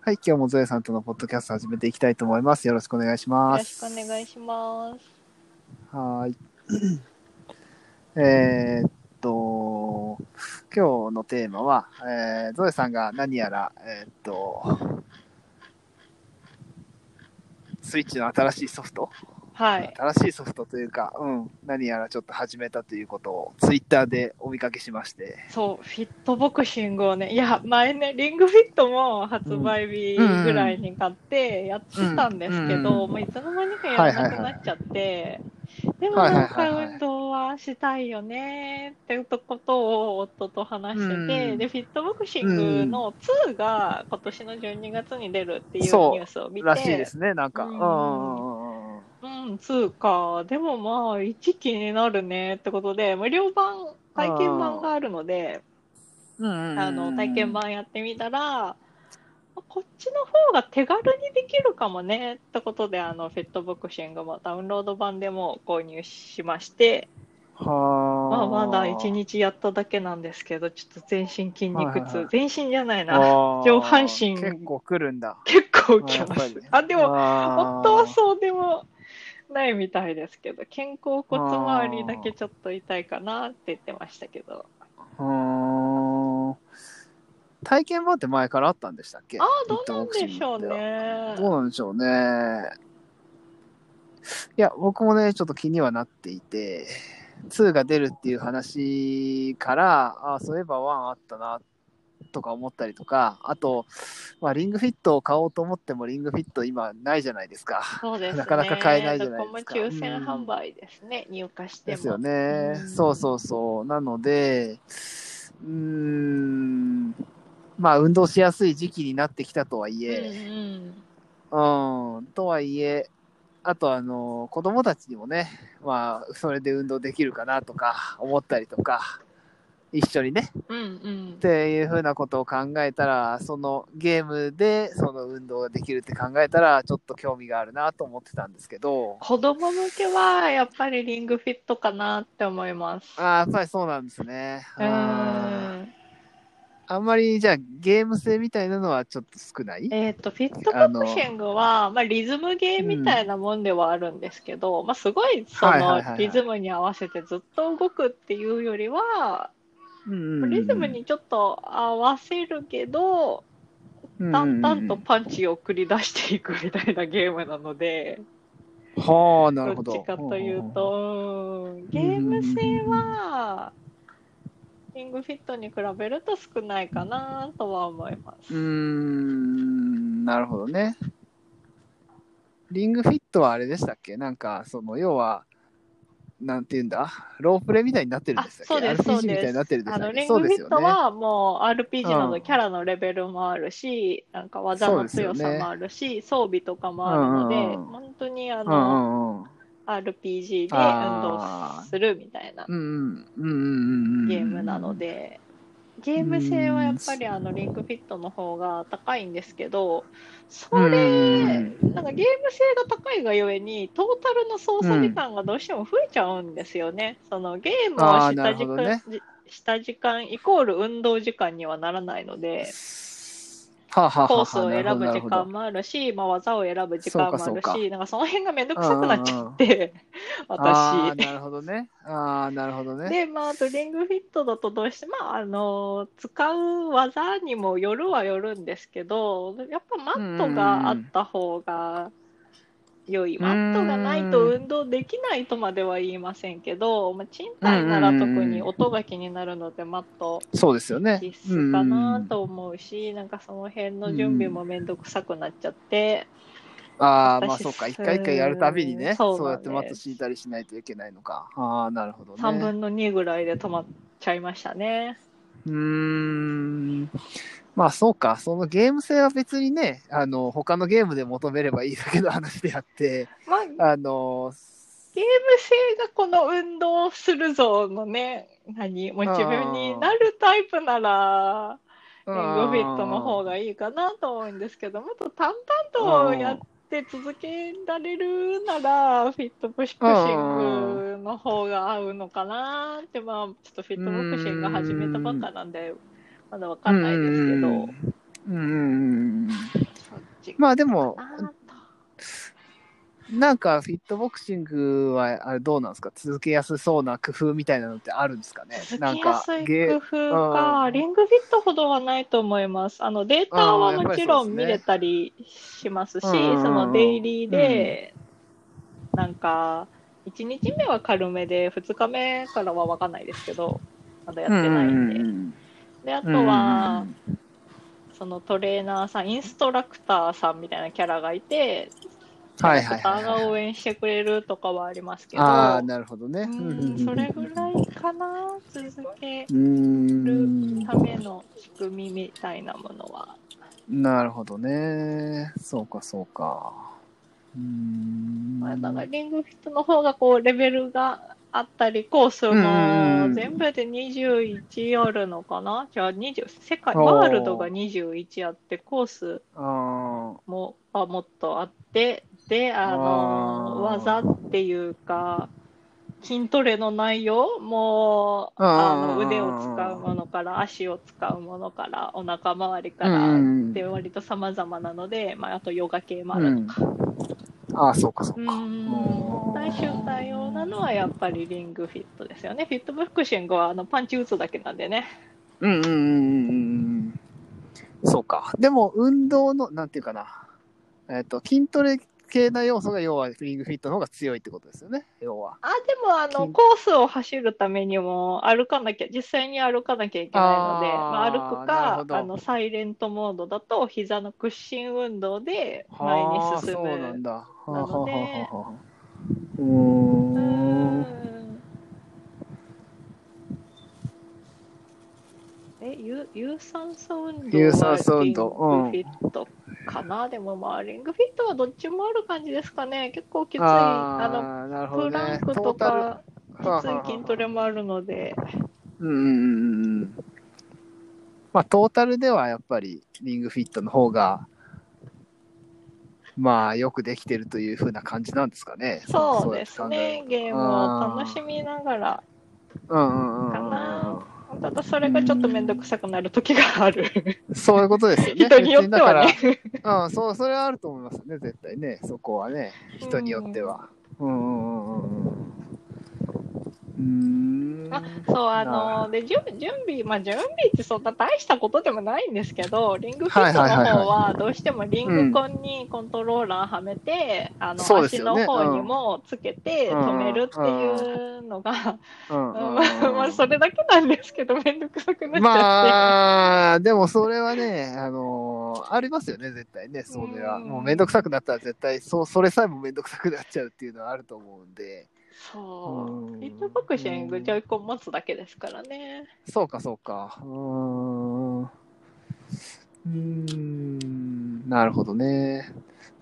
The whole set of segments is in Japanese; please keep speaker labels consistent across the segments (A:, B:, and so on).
A: はい、今日もゾエさんとのポッドキャスト始めていきたいと思います。よろしくお願いしま
B: よろし
A: す。
B: くお願いします。
A: はーい。えーっと、今日のテーマは、えー、ゾエさんが何やら、えーっと、スイッチの新しいソフト、
B: はい。
A: 新しいソフトというか、うん、何やらちょっと始めたということを、ツイッターでお見かけしまして。
B: そう、フィットボクシングをね、いや、前ね、リングフィットも発売日ぐらいに買ってやってたんですけ
A: うんうん
B: ど、もういつの間にかやらなくなっちゃって、でも
A: はいはい
B: な
A: は
B: んか
A: いはい
B: 運動はしたいよねっていうことを夫と話してて、
A: うん
B: で、フィットボクシングの2が今年の12月に出るっていうニ
A: そう
B: ュースを見て、
A: らしいですね、なんか。う
B: うんん
A: うんうんうん。
B: うん、通貨。でもまあ、一気になるねってことで、無料版、体験版があるので、
A: うんうんうん
B: あの、体験版やってみたら、こっちの方が手軽にできるかもねってことで、あの、フィットボクシングもダウンロード版でも購入しまして、
A: は
B: まあ、
A: ー
B: まだ一日やっただけなんですけど、ちょっと全身筋
A: はいは
B: 肉
A: いはい
B: 痛。全身じゃないな。
A: あー
B: 上半身
A: 結構来るんだ。
B: 結構き
A: あや
B: ま
A: っぱ
B: す
A: り。
B: あ、でも、
A: 本
B: 本当はそうでもないみたいですけど、肩甲骨周りだけちょっと痛いかなって言ってましたけど。
A: うーん。体験版って前からあったんでしたっけ
B: ああ、どうなんでしょう。ね。
A: どうなんでしょうね。いや、僕もね、ちょっと気にはなっていて、2が出るっていう話から、ああ、そういえば1あったな、とか思ったりとか、あと、まあ、リングフィットを買おうと思っても、リングフィット今ないじゃないですか。
B: そうですね。
A: なかなか買えないじゃないですか
B: どこも抽選販売ですね、入荷しても。
A: ですよね。
B: うん
A: そうそうそう。なので、うーん、まあ、運動しやすい時期になってきたとはいえ、
B: うんうん。
A: うん、とはいえ、あと、あの、子供たちにもね、まあ、それで運動できるかなとか、思ったりとか、一緒にね、
B: うんうん
A: っ。ていうふうなことを考えたら、そのゲームでその運動ができるって考えたら、ちょっと興味があるなと思ってたんですけど、
B: 子供向けはやっぱりリングフィットかなって思います。
A: あーやっぱりそうなんですね。
B: う
A: うん
B: ん。
A: あんまりじゃあゲーム性みたいなのはちょっと少ない
B: えっと、フィットボクシングは、まあ、リズムゲーみたいなもんではあるんですけど、まあ、すごい、そ
A: はいはいはいは
B: の、
A: い
B: リズムに合わせてずっと動くっていうよりは、リズムにちょっと合わせるけど、
A: だ
B: だんだんとパンチを繰り出していくみたいなゲームなので、
A: はあな
B: ど
A: る
B: っ
A: ほど
B: ちかというと、うんゲーム性は、リングフィットに比べると少ないかなとは思いま
A: う
B: す。
A: ーんなるほどねリングフィットはあれでしたっけなんかその要はなんていうんだロープレみたいになってるんでしたっけ
B: あそうです
A: RPG
B: そうです
A: みたいになってるんでし
B: あ
A: たっ
B: の
A: け
B: リン
A: そ
B: グ
A: う
B: フ
A: で
B: ィ
A: す
B: ッ
A: よ
B: ト
A: ね
B: はもう RPG な
A: う
B: ど
A: ん
B: キャラのレベルもあるし、なんか技
A: そう
B: の
A: ですよ
B: 強
A: ね
B: さもあるし、装備とかもあるので、
A: うんうんうん
B: 本当にあ
A: うんう
B: の、
A: んうん
B: RPG で運
A: あー
B: 動するみたいな
A: うんうんうんうんうん
B: ゲームなので、ゲーム性はやっぱりあのリングフィットの方が高いんですけど、それ、
A: うん
B: なんかゲーム性が高いがゆえに、トータルの操作時間がどうしても増えちゃうんですよね。そのゲーム
A: あー
B: をし
A: な
B: た
A: るほ
B: 時
A: ど
B: 間、
A: ね
B: じした時間イコール運動時間にはならないので、
A: はあはあはあ
B: コースを選ぶ
A: なる
B: 時
A: ほどなるほ
B: 間
A: ど
B: もあるし、まあ、技を選ぶ時間もあ
A: そう
B: る
A: かそう
B: し、なんかその辺がめんどくさくなっちゃって、
A: あ
B: 私
A: ー。なるほどねああなるほどね
B: で、まあ、あとリングフィットだとどうして、まあ、あの、使う技にもよるはよるんですけど、やっぱマットがあった方が良い。
A: うん
B: マットがないと運動できないとまでは言いませんけど、まあ、賃貸なら特に音が気になるので、マット
A: そうですよね。
B: 必須かなと思うし、なんかその辺の準備もめんどくさくなっちゃって、
A: うん。ああ、まあ
B: 私
A: そうか。一回一回やるたびにね、そ
B: そうう
A: や
B: な
A: っ
B: ん
A: て
B: です
A: マット敷いたりしないといけないのか。ああ、なるほどね。
B: 3分の2ぐらいで止まっちゃいましたね。
A: うーん。まあそうか。そのゲーム性は別にね、あの、他のゲームで求めればいいだけの話であって、
B: まあ、
A: あの、
B: ゲーム性がこの運動するぞのね、何、モチベになるタイプなら、リングフィットの方
A: が。
B: がいいかなと思うんですけど、もっと淡々とやって続けられるなら、フィットボクシングの方が合うのかなって、まあ、ちょっとフィットボクシング始めたばっかなんで、まだわかんないですけ
A: うん
B: ど、
A: うんうんうん。
B: いう
A: まあでも
B: かなと
A: なんかフィットボクシングはあれどうなんですか続けやすそうな工夫みたいなのってあるんですかねなん
B: 続きや
A: か
B: すい工
A: ゲ
B: 夫
A: う
B: か
A: ん、
B: リングフィットほどはないと思います。あのデータは
A: あーやっ
B: も
A: ぱりそ
B: ち
A: う
B: ろ
A: です
B: ん
A: ね
B: 見れたりしますし、
A: うん
B: そ
A: うんうん
B: のデイリーで、なんか、1日目は軽めで、2日目からは分かんないですけど、まだやってないんで。で、あとは、そのトレーナーさん、インストラクターさんみたいなキャラがいて、
A: はい
B: インスト
A: はい
B: ラクタ
A: は
B: ー
A: い
B: が
A: は
B: 応
A: い
B: 援してくれるとかはありますけど、
A: ああなるほどね
B: う
A: うん
B: ん、それぐらいかな、続け。
A: うーん
B: るための仕組みみたいなものは。
A: なるほどねそうかそうかうーん
B: まあ、だからリングフィットの方がこうレベルがあったり、コース
A: うんうんう
B: も
A: ん
B: 全部で21あるのかなじゃあ20、世界、
A: おー
B: ワールドが21あって、コース
A: あ
B: もあもっとあって、で、あの、
A: あー
B: 技っていうか、筋トレの内容もうあの
A: あー
B: 腕を使うものから足を使うものからお腹周り
A: あ
B: か
A: う
B: ら
A: ん
B: で割と様々なので、まあ、あとヨガ系もあ
A: う
B: る
A: んああそうかそううんか
B: 大衆対応なのはやっぱりリングフィットですよねフィットボクシングはあのパンチ打つだけなんでね
A: うんうんうんうんうんうんそうかでも運動のなんていうかなえっ、と筋トレ系な要素が要はリングフィットの方が強いってことですよね要は
B: あでもあの
A: うん
B: コースを走るためにも歩かなきゃ実際に歩かなきゃいけないので
A: あー
B: まあ、歩く
A: なるほど
B: かあのサイレントモードだと膝の屈伸運動で前に
A: はあ
B: 進
A: そうなん
B: む
A: だはあ
B: な
A: はあ
B: ので
A: はあはあう
B: う
A: ーん
B: んえ有有酸素運動
A: 有酸素
B: は
A: 運
B: リング
A: 動
B: フィットかな、でもまあリングフィットはどっちもある感じですかね結構きついあの
A: あーなるほど
B: プラン
A: ね
B: ク
A: トー
B: と
A: タル
B: かきつい筋トレもあるので
A: うんうんうんうんうんまあトータルではやっぱりリングフィットの方がまあよくできてるというふうな感じなんですかね
B: そうです
A: や
B: ね
A: って考えると
B: ゲームを楽しみながら
A: うんうんうんうんうん
B: かなただそれがちょっと面倒くさくなる時がある
A: そういうことですよね
B: 人によってはね
A: 別にだからうんそうそれはあると思いますよね絶対ねそこはね人によってはうんうんうんうんうんうーん
B: あそう、あ
A: な
B: の、で、準準備、まあ、準備ってそんな大したことでもないんですけど、リングフィットの
A: はいはいはいはい
B: 方は、どうしてもリングコンにコントローラーはめて、あの、
A: そうです
B: 足
A: よ
B: の
A: ね
B: 方にもつけて
A: うん
B: 止めるっていうのが、
A: うんうんうんうん
B: まあ、それだけなんですけど、めんどく さくなっちゃって。
A: まあ、でもそれはね、あのーありますよね、絶対ね、それは。
B: うん
A: もうめんどくさくなったら絶対、そう、それさえもめんどくさくなっちゃうっていうのはあると思うんで。
B: そうう。
A: ん
B: ヒットボクシング、ジョイコン持つだけですからね。
A: そうか、そうか。うーん。うーん、なるほどね。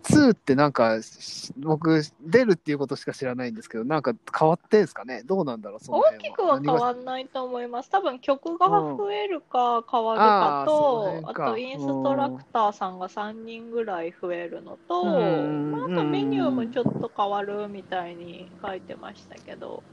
A: 2ってなんか、し僕、出るっていうことしか知らないんですけど、なんか変わってんすかねどうなんだろう、その
B: 大
A: 辺
B: きくは変
A: 何が
B: わんないと思います。多分曲が増えるか変わる
A: あー
B: か
A: その
B: と、
A: 辺
B: あ
A: か
B: とインストラクターさんが3人ぐらい増えるのと、
A: うん
B: まあ、あとメニューもちょっと変わるみたいに書いてましたけど、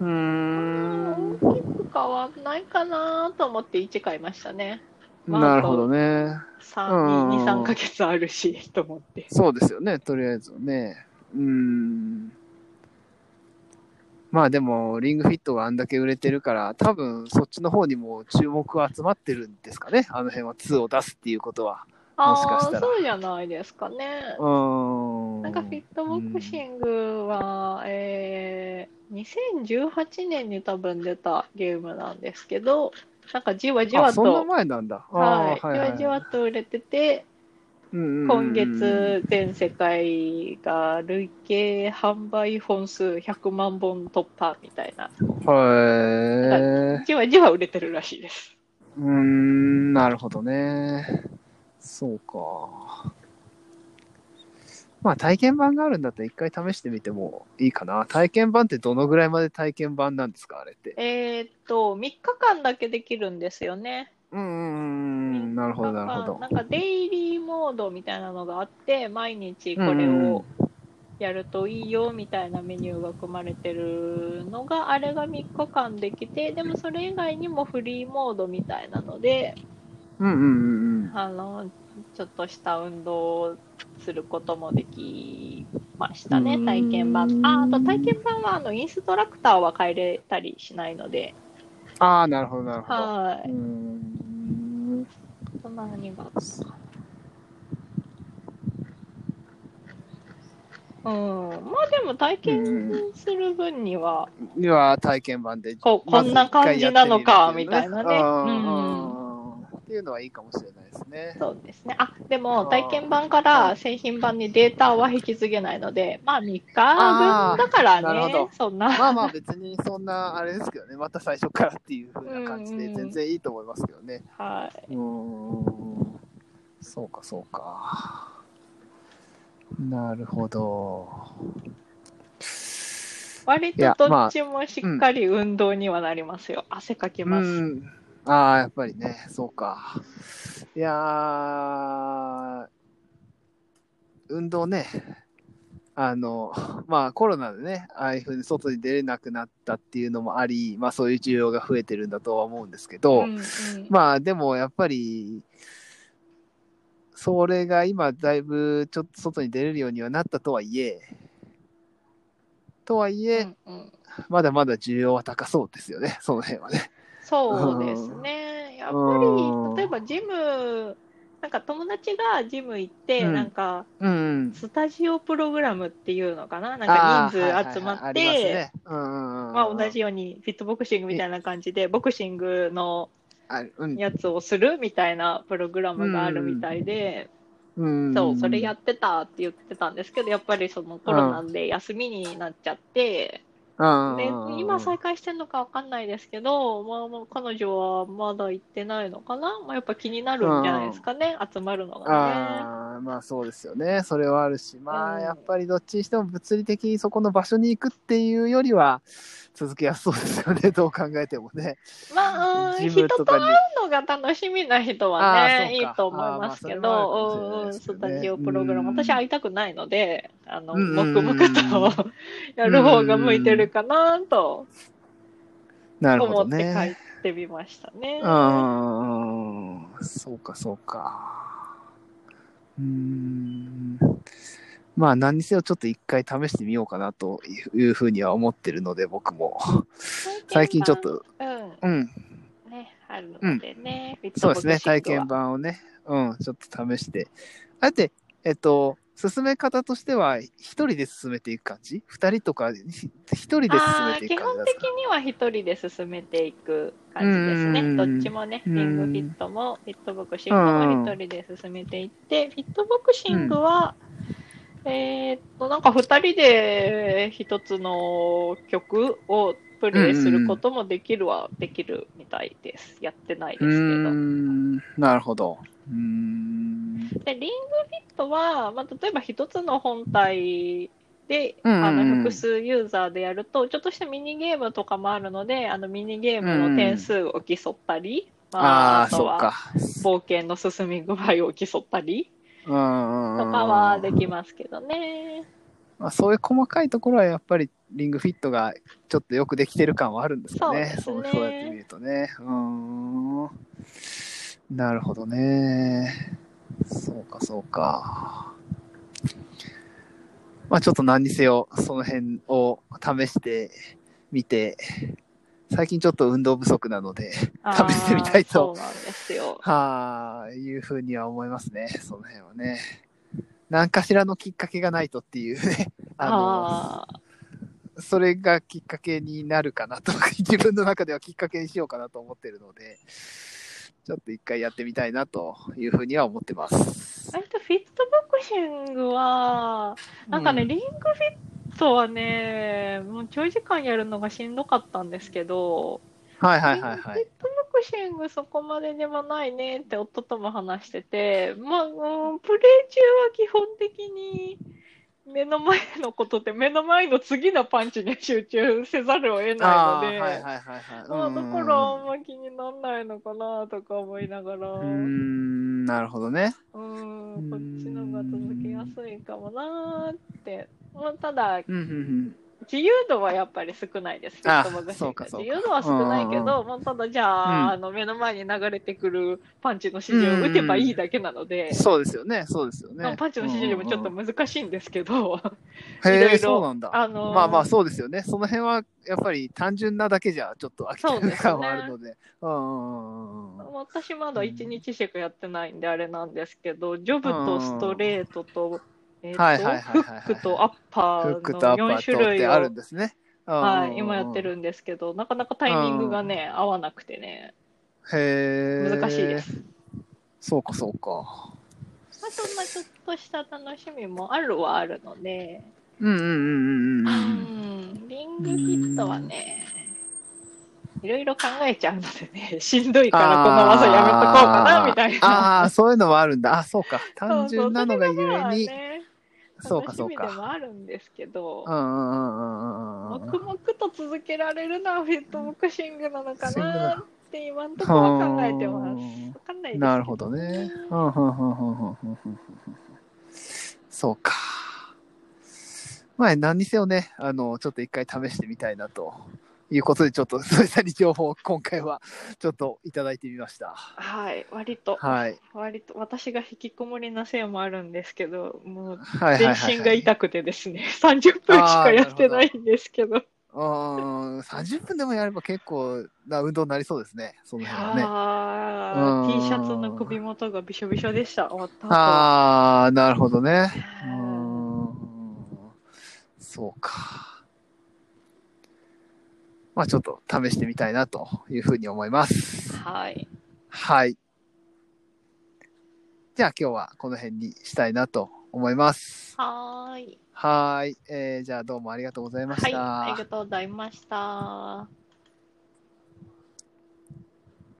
A: うーん。
B: 大きく変わんないかなと思って1買いましたね。まあ
A: なるほどね。
B: 3、
A: うん
B: 2、3ヶ月あるし、と思って。
A: そうですよね、とりあえずはね。うーん。まあでも、リングフィットがあんだけ売れてるから、多分そっちの方にも注目は集まってるんですかね、あの辺は2を出すっていうことは。
B: あ
A: もしか
B: あ
A: したら
B: ー、そうじゃないですかね。
A: うーん。
B: なんかフィットボクシングは、えー、2018年に多分出たゲームなんですけど、なんかじわじわ
A: あそんな
B: と、
A: 前なんだ。
B: はい、
A: あー
B: じわじわと売れてて、今
A: 今、
B: 月全世界が累計販売本数100万本突破みたいな、
A: はい。
B: じわじわ売れてるらしいです。
A: うーん、なるほどね。そうか。まあ体験版があるんだったら一回試してみてもいいかな。体験版ってどのぐらいまで体験版なんですかあれって。
B: えーっと、3日間だけできるんですよね。
A: うんうんうんうん。なるほど、なるほど
B: なん。かデイリーモードみたいなのがあって、毎日これをやるといいよみたいなメニューが組まれてるのが、あれが3日間できて、でもそれ以外にもフリーモードみたいなので、
A: うんうんうんうん。うん
B: あのちょっとした運動をすることもできましたね、
A: うん
B: 体験版。ああと体験版はあのインストラクターは変えれたりしないので、
A: ああ、なるほど、なるほど。
B: は
A: うー
B: い。
A: ん。
B: あと何があったかなうん、まあでも体験する分には、
A: では、体験版で。
B: こうこんな感じなのかみたいなね
A: うんっていうのはいいかもしれないですね。
B: そうですね。あ、でも体験版から製品版にデータは引き継げないので、まあ3日分だから
A: あーなる
B: ね
A: ほど、
B: そんな。
A: まあまあ別にそんなあれですけどね、また最初からっていう風な感じで
B: うん
A: 全然いいと思いますけどね。
B: は
A: うーん。そうかそうか。なるほど。
B: い、割とどっちもしっかり運動にはなりますよ。汗かきます。
A: うん。ああ、やっぱりね、そうか。いやー、運動ね、あの、まあコロナでね、ああいうふうに外に出れなくなったっていうのもあり、まあそういう需要が増えてるんだとは思うんですけど、
B: うんうん
A: まあでもやっぱり、それが今だいぶちょっと外に出れるようにはなったとはいえ、とはいえ、
B: うんうん
A: まだまだ需要は高そうですよね、そ の辺はね。
B: そうですね。やっぱ
A: うん
B: り、例えばジム、なんか友達がジム行って、
A: うん
B: なんか
A: うん。
B: スタジオプログラムっていうのかななんか人数集まって、まあ、同じようにフィットボクシングみたいな感じでボクシングのやつをするみたいなプログラムがあるみたいで、そうそれや
A: っ
B: ってたって言ってたんですけどやっぱりそのコロナで休みになっちゃって、で今再開してるのかわかんないですけど、まあ、まあ彼女はまだ行ってないのかな、まあ、やっぱ気になるんじゃないですかね、集まるのがね。
A: あーまあそうですよねそれはあるしま
B: う
A: あ
B: ん
A: やっぱりどっちにしても物理的にそこの場所に行くっていうよりは続けやすそうですよねどう考えてもね。
B: まあ、うん
A: ジム
B: 人
A: と
B: と
A: か
B: 会
A: に
B: うのが楽しみな人は
A: あー
B: ね、
A: そう
B: い
A: か
B: いと思いますけ
A: あーまあそれはあるかもしれないですよね
B: ど、うんうんスタジオプログラム、
A: うん
B: 私会いたくないので、あの、
A: うん
B: 黙々とやる方が向いてるかなと
A: なるほ
B: 思
A: ど
B: って書
A: ね
B: い。てみましたね。
A: うんそうかそうか。うーんまあ何にせよちょっと一回試してみようかなというふうには思ってるので僕 も最近ちょっと、
B: うん、
A: うん、
B: ね、あるのでね、フィッ
A: そ
B: ト
A: う
B: ボ
A: です
B: クシング
A: ね、
B: は
A: 体験版をね、うん、ちょっと試して。あえて、えっと、進め方としては、一人で進めていく感じ二人とか、ひ一人で進
B: あ
A: めて
B: ー
A: いく
B: 基
A: 感じ
B: 本
A: です
B: 的
A: か
B: には一人で進めていく感じです
A: うん
B: ね。
A: うんう
B: ど
A: ん
B: っちもね、
A: う
B: リ
A: ん
B: ングフィットもフィットボクシングも一人で進めていって、フィットボクシングは、えーっと、なんか二人で一つの曲をプレイすることもできるはできるみたいです。やってないう
A: ー
B: ですけど。
A: ん、なるほど。うーん。
B: でリングフィットは、まあ、例えば一つの本体で、
A: うんうんうん
B: あの複数ユーザーでやるとちょっとしたミニゲームとかもあるのであのミニゲームの点数を競ったり、まあ、
A: ああ
B: あ
A: ー、
B: と
A: そう
B: は
A: か。
B: 冒険の進み具合を競ったり
A: うんうん
B: と
A: うんうん
B: かはできますけどね。
A: まあ、そういう細かいところはやっぱりリングフィットがちょっとよくできてる感はあるんですかね。
B: そうです
A: そ
B: ね
A: うやって見るとね。うーん。なるほどね。そうかそうか。まあちょっと何にせよその辺を試してみて、最近ちょっと運動不足なので、
B: あ
A: 試してみたい
B: ー
A: と
B: そうなんですよ。
A: はあ、いうふうには思いますね。その辺はね。何かしらのきっかけがないとっていうね。 あの
B: あー
A: それがきっかけになるかなと 自分の中ではきっかけにしようかなと思ってるのでちょっと一回やってみたいなというふうには思ってます
B: 割とフィットボクシングはなんかね、
A: うん
B: リングフィットはね、もう長時間やるのがしんどかったんですけど、
A: はいはいはいは
B: リン
A: い
B: グフィットボクシングそこまででもないねって夫とも話してて、まあ、うんプレイ中は基本的に目の前のことで目の前の次のパンチに集中せざるを
A: あ
B: 得な
A: あ
B: いので、
A: ーはいはいはいはい
B: まあ、だか
A: う
B: らあ
A: ん
B: んま気にならないのかなとか思いながら、
A: うーんなるほどね
B: うん、こっちの方が続けやすいかもなーって。まあ、ただ、
A: うんうん
B: 自由度はやっぱり少ないです。
A: あ
B: フィットボクシング
A: そうかそうか
B: 自由度は少ないけ
A: うんうん
B: ど、もうただじゃあ,、
A: うん
B: あの目の前に流れてくるパンチの指示を打てばいいだけなので、
A: そうですよね、そうですよ
B: まあ
A: ね。
B: パンチの指示もちょっと難しいんですけど、
A: うんうん
B: いろ
A: へ
B: い
A: え、
B: ろ
A: そうなんだ。
B: あのー
A: まあまあ、そうですよね。その辺は、やっぱり単純なだけじゃ、ちょっと飽き
B: そう
A: て
B: で
A: る
B: すね
A: 感はあるので。うんうんうんうん
B: 私まだ1日しかやってないんであれなんですけど、ジョブとストレートと、えーと
A: はいはいはいはいはい
B: フックとアッパ
A: フ
B: ー
A: ッ
B: の
A: クとアッパ
B: 4
A: ー
B: 種
A: とっ
B: 類
A: て
B: を
A: あるんですね。
B: はい、今やって
A: ん
B: るんですけど、なかなかタイミングがね、合わなくてね、
A: うんうんうん。へえ。
B: 難しいです。
A: そうか、そうか。
B: あと、まあ、ちょっとした楽しみもあるはあるので、
A: うんうんうんうん
B: う
A: うん。
B: ん、リングフィットはね、いろいろ考えちゃうのでね、 しんどいからこの技やめとこうかな、みたいな。
A: あーあー、そういうのもあるんだ。あ、そうか。
B: そう
A: 単純なのがゆ
B: そうそれがまあ
A: えに。
B: ね
A: そうか、そう
B: 楽しみで
A: か。
B: もあるんですけど
A: う、んうんうんうんうんうん。
B: 黙々と続けられるのはフィットボクシングなのか
A: シングル
B: な
A: だ
B: って今のところは考えてます。わかんないですけど
A: なるほどね。うんうんうんうんうんうんうんそうか。まあ、何にせよね、あの、ちょっと一回試してみたいなということで、ちょっと、それさに情報を今回は、ちょっといただいてみました。
B: はい、割と、
A: はい。
B: 割と私が引きこもりなせいもあるんですけど、もう
A: はいはいはい、
B: 全
A: はい。
B: 身が痛くてですね、30分し かやってないんですけど、
A: うーん、30分でもやれば結構な運動になりそうですね、その辺はね。
B: あ
A: うん
B: ー T シャツの首元がびしょびしょでした、終わった後。
A: あー、なるほどね。うー
B: うん
A: ん、そうか。まあちょっと試してみたいなというふうに思います。
B: はい、
A: はい。じゃあ今日はこの辺にしたいなと思います。
B: はーい、
A: はーい。えーじゃあどうもありがとうございま
B: は
A: し
B: い、
A: た。
B: ありがとうございました。